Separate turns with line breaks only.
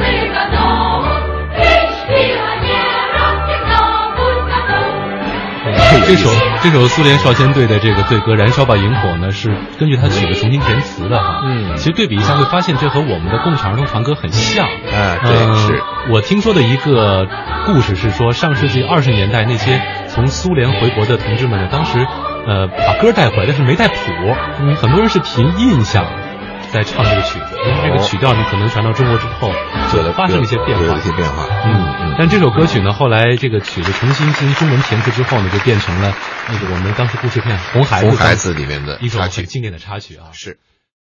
哎这首这首苏联少先队的这个队歌《燃烧吧萤火》呢，是根据他曲子重新填词的哈。
嗯
其实对比一下会发现，这和我们的共产儿童团歌很像。
哎对
嗯
是。
我听说的一个故事是说，上世纪二十年代那些从苏联回国的同志们呢，当时呃把歌带回来，但是没带谱，
嗯
很多人是凭印象。在唱这个曲子，因为这个曲调你可能传到中国之后，就发生了一些变
哦有
化
一。些变化。
嗯，嗯，但这首歌曲呢，后来这个曲子重新经中文填词之后呢，就变成了那个我们当时故事片《红孩子》
红孩子里面的
一首
插
很
曲
经典的插曲啊。
是。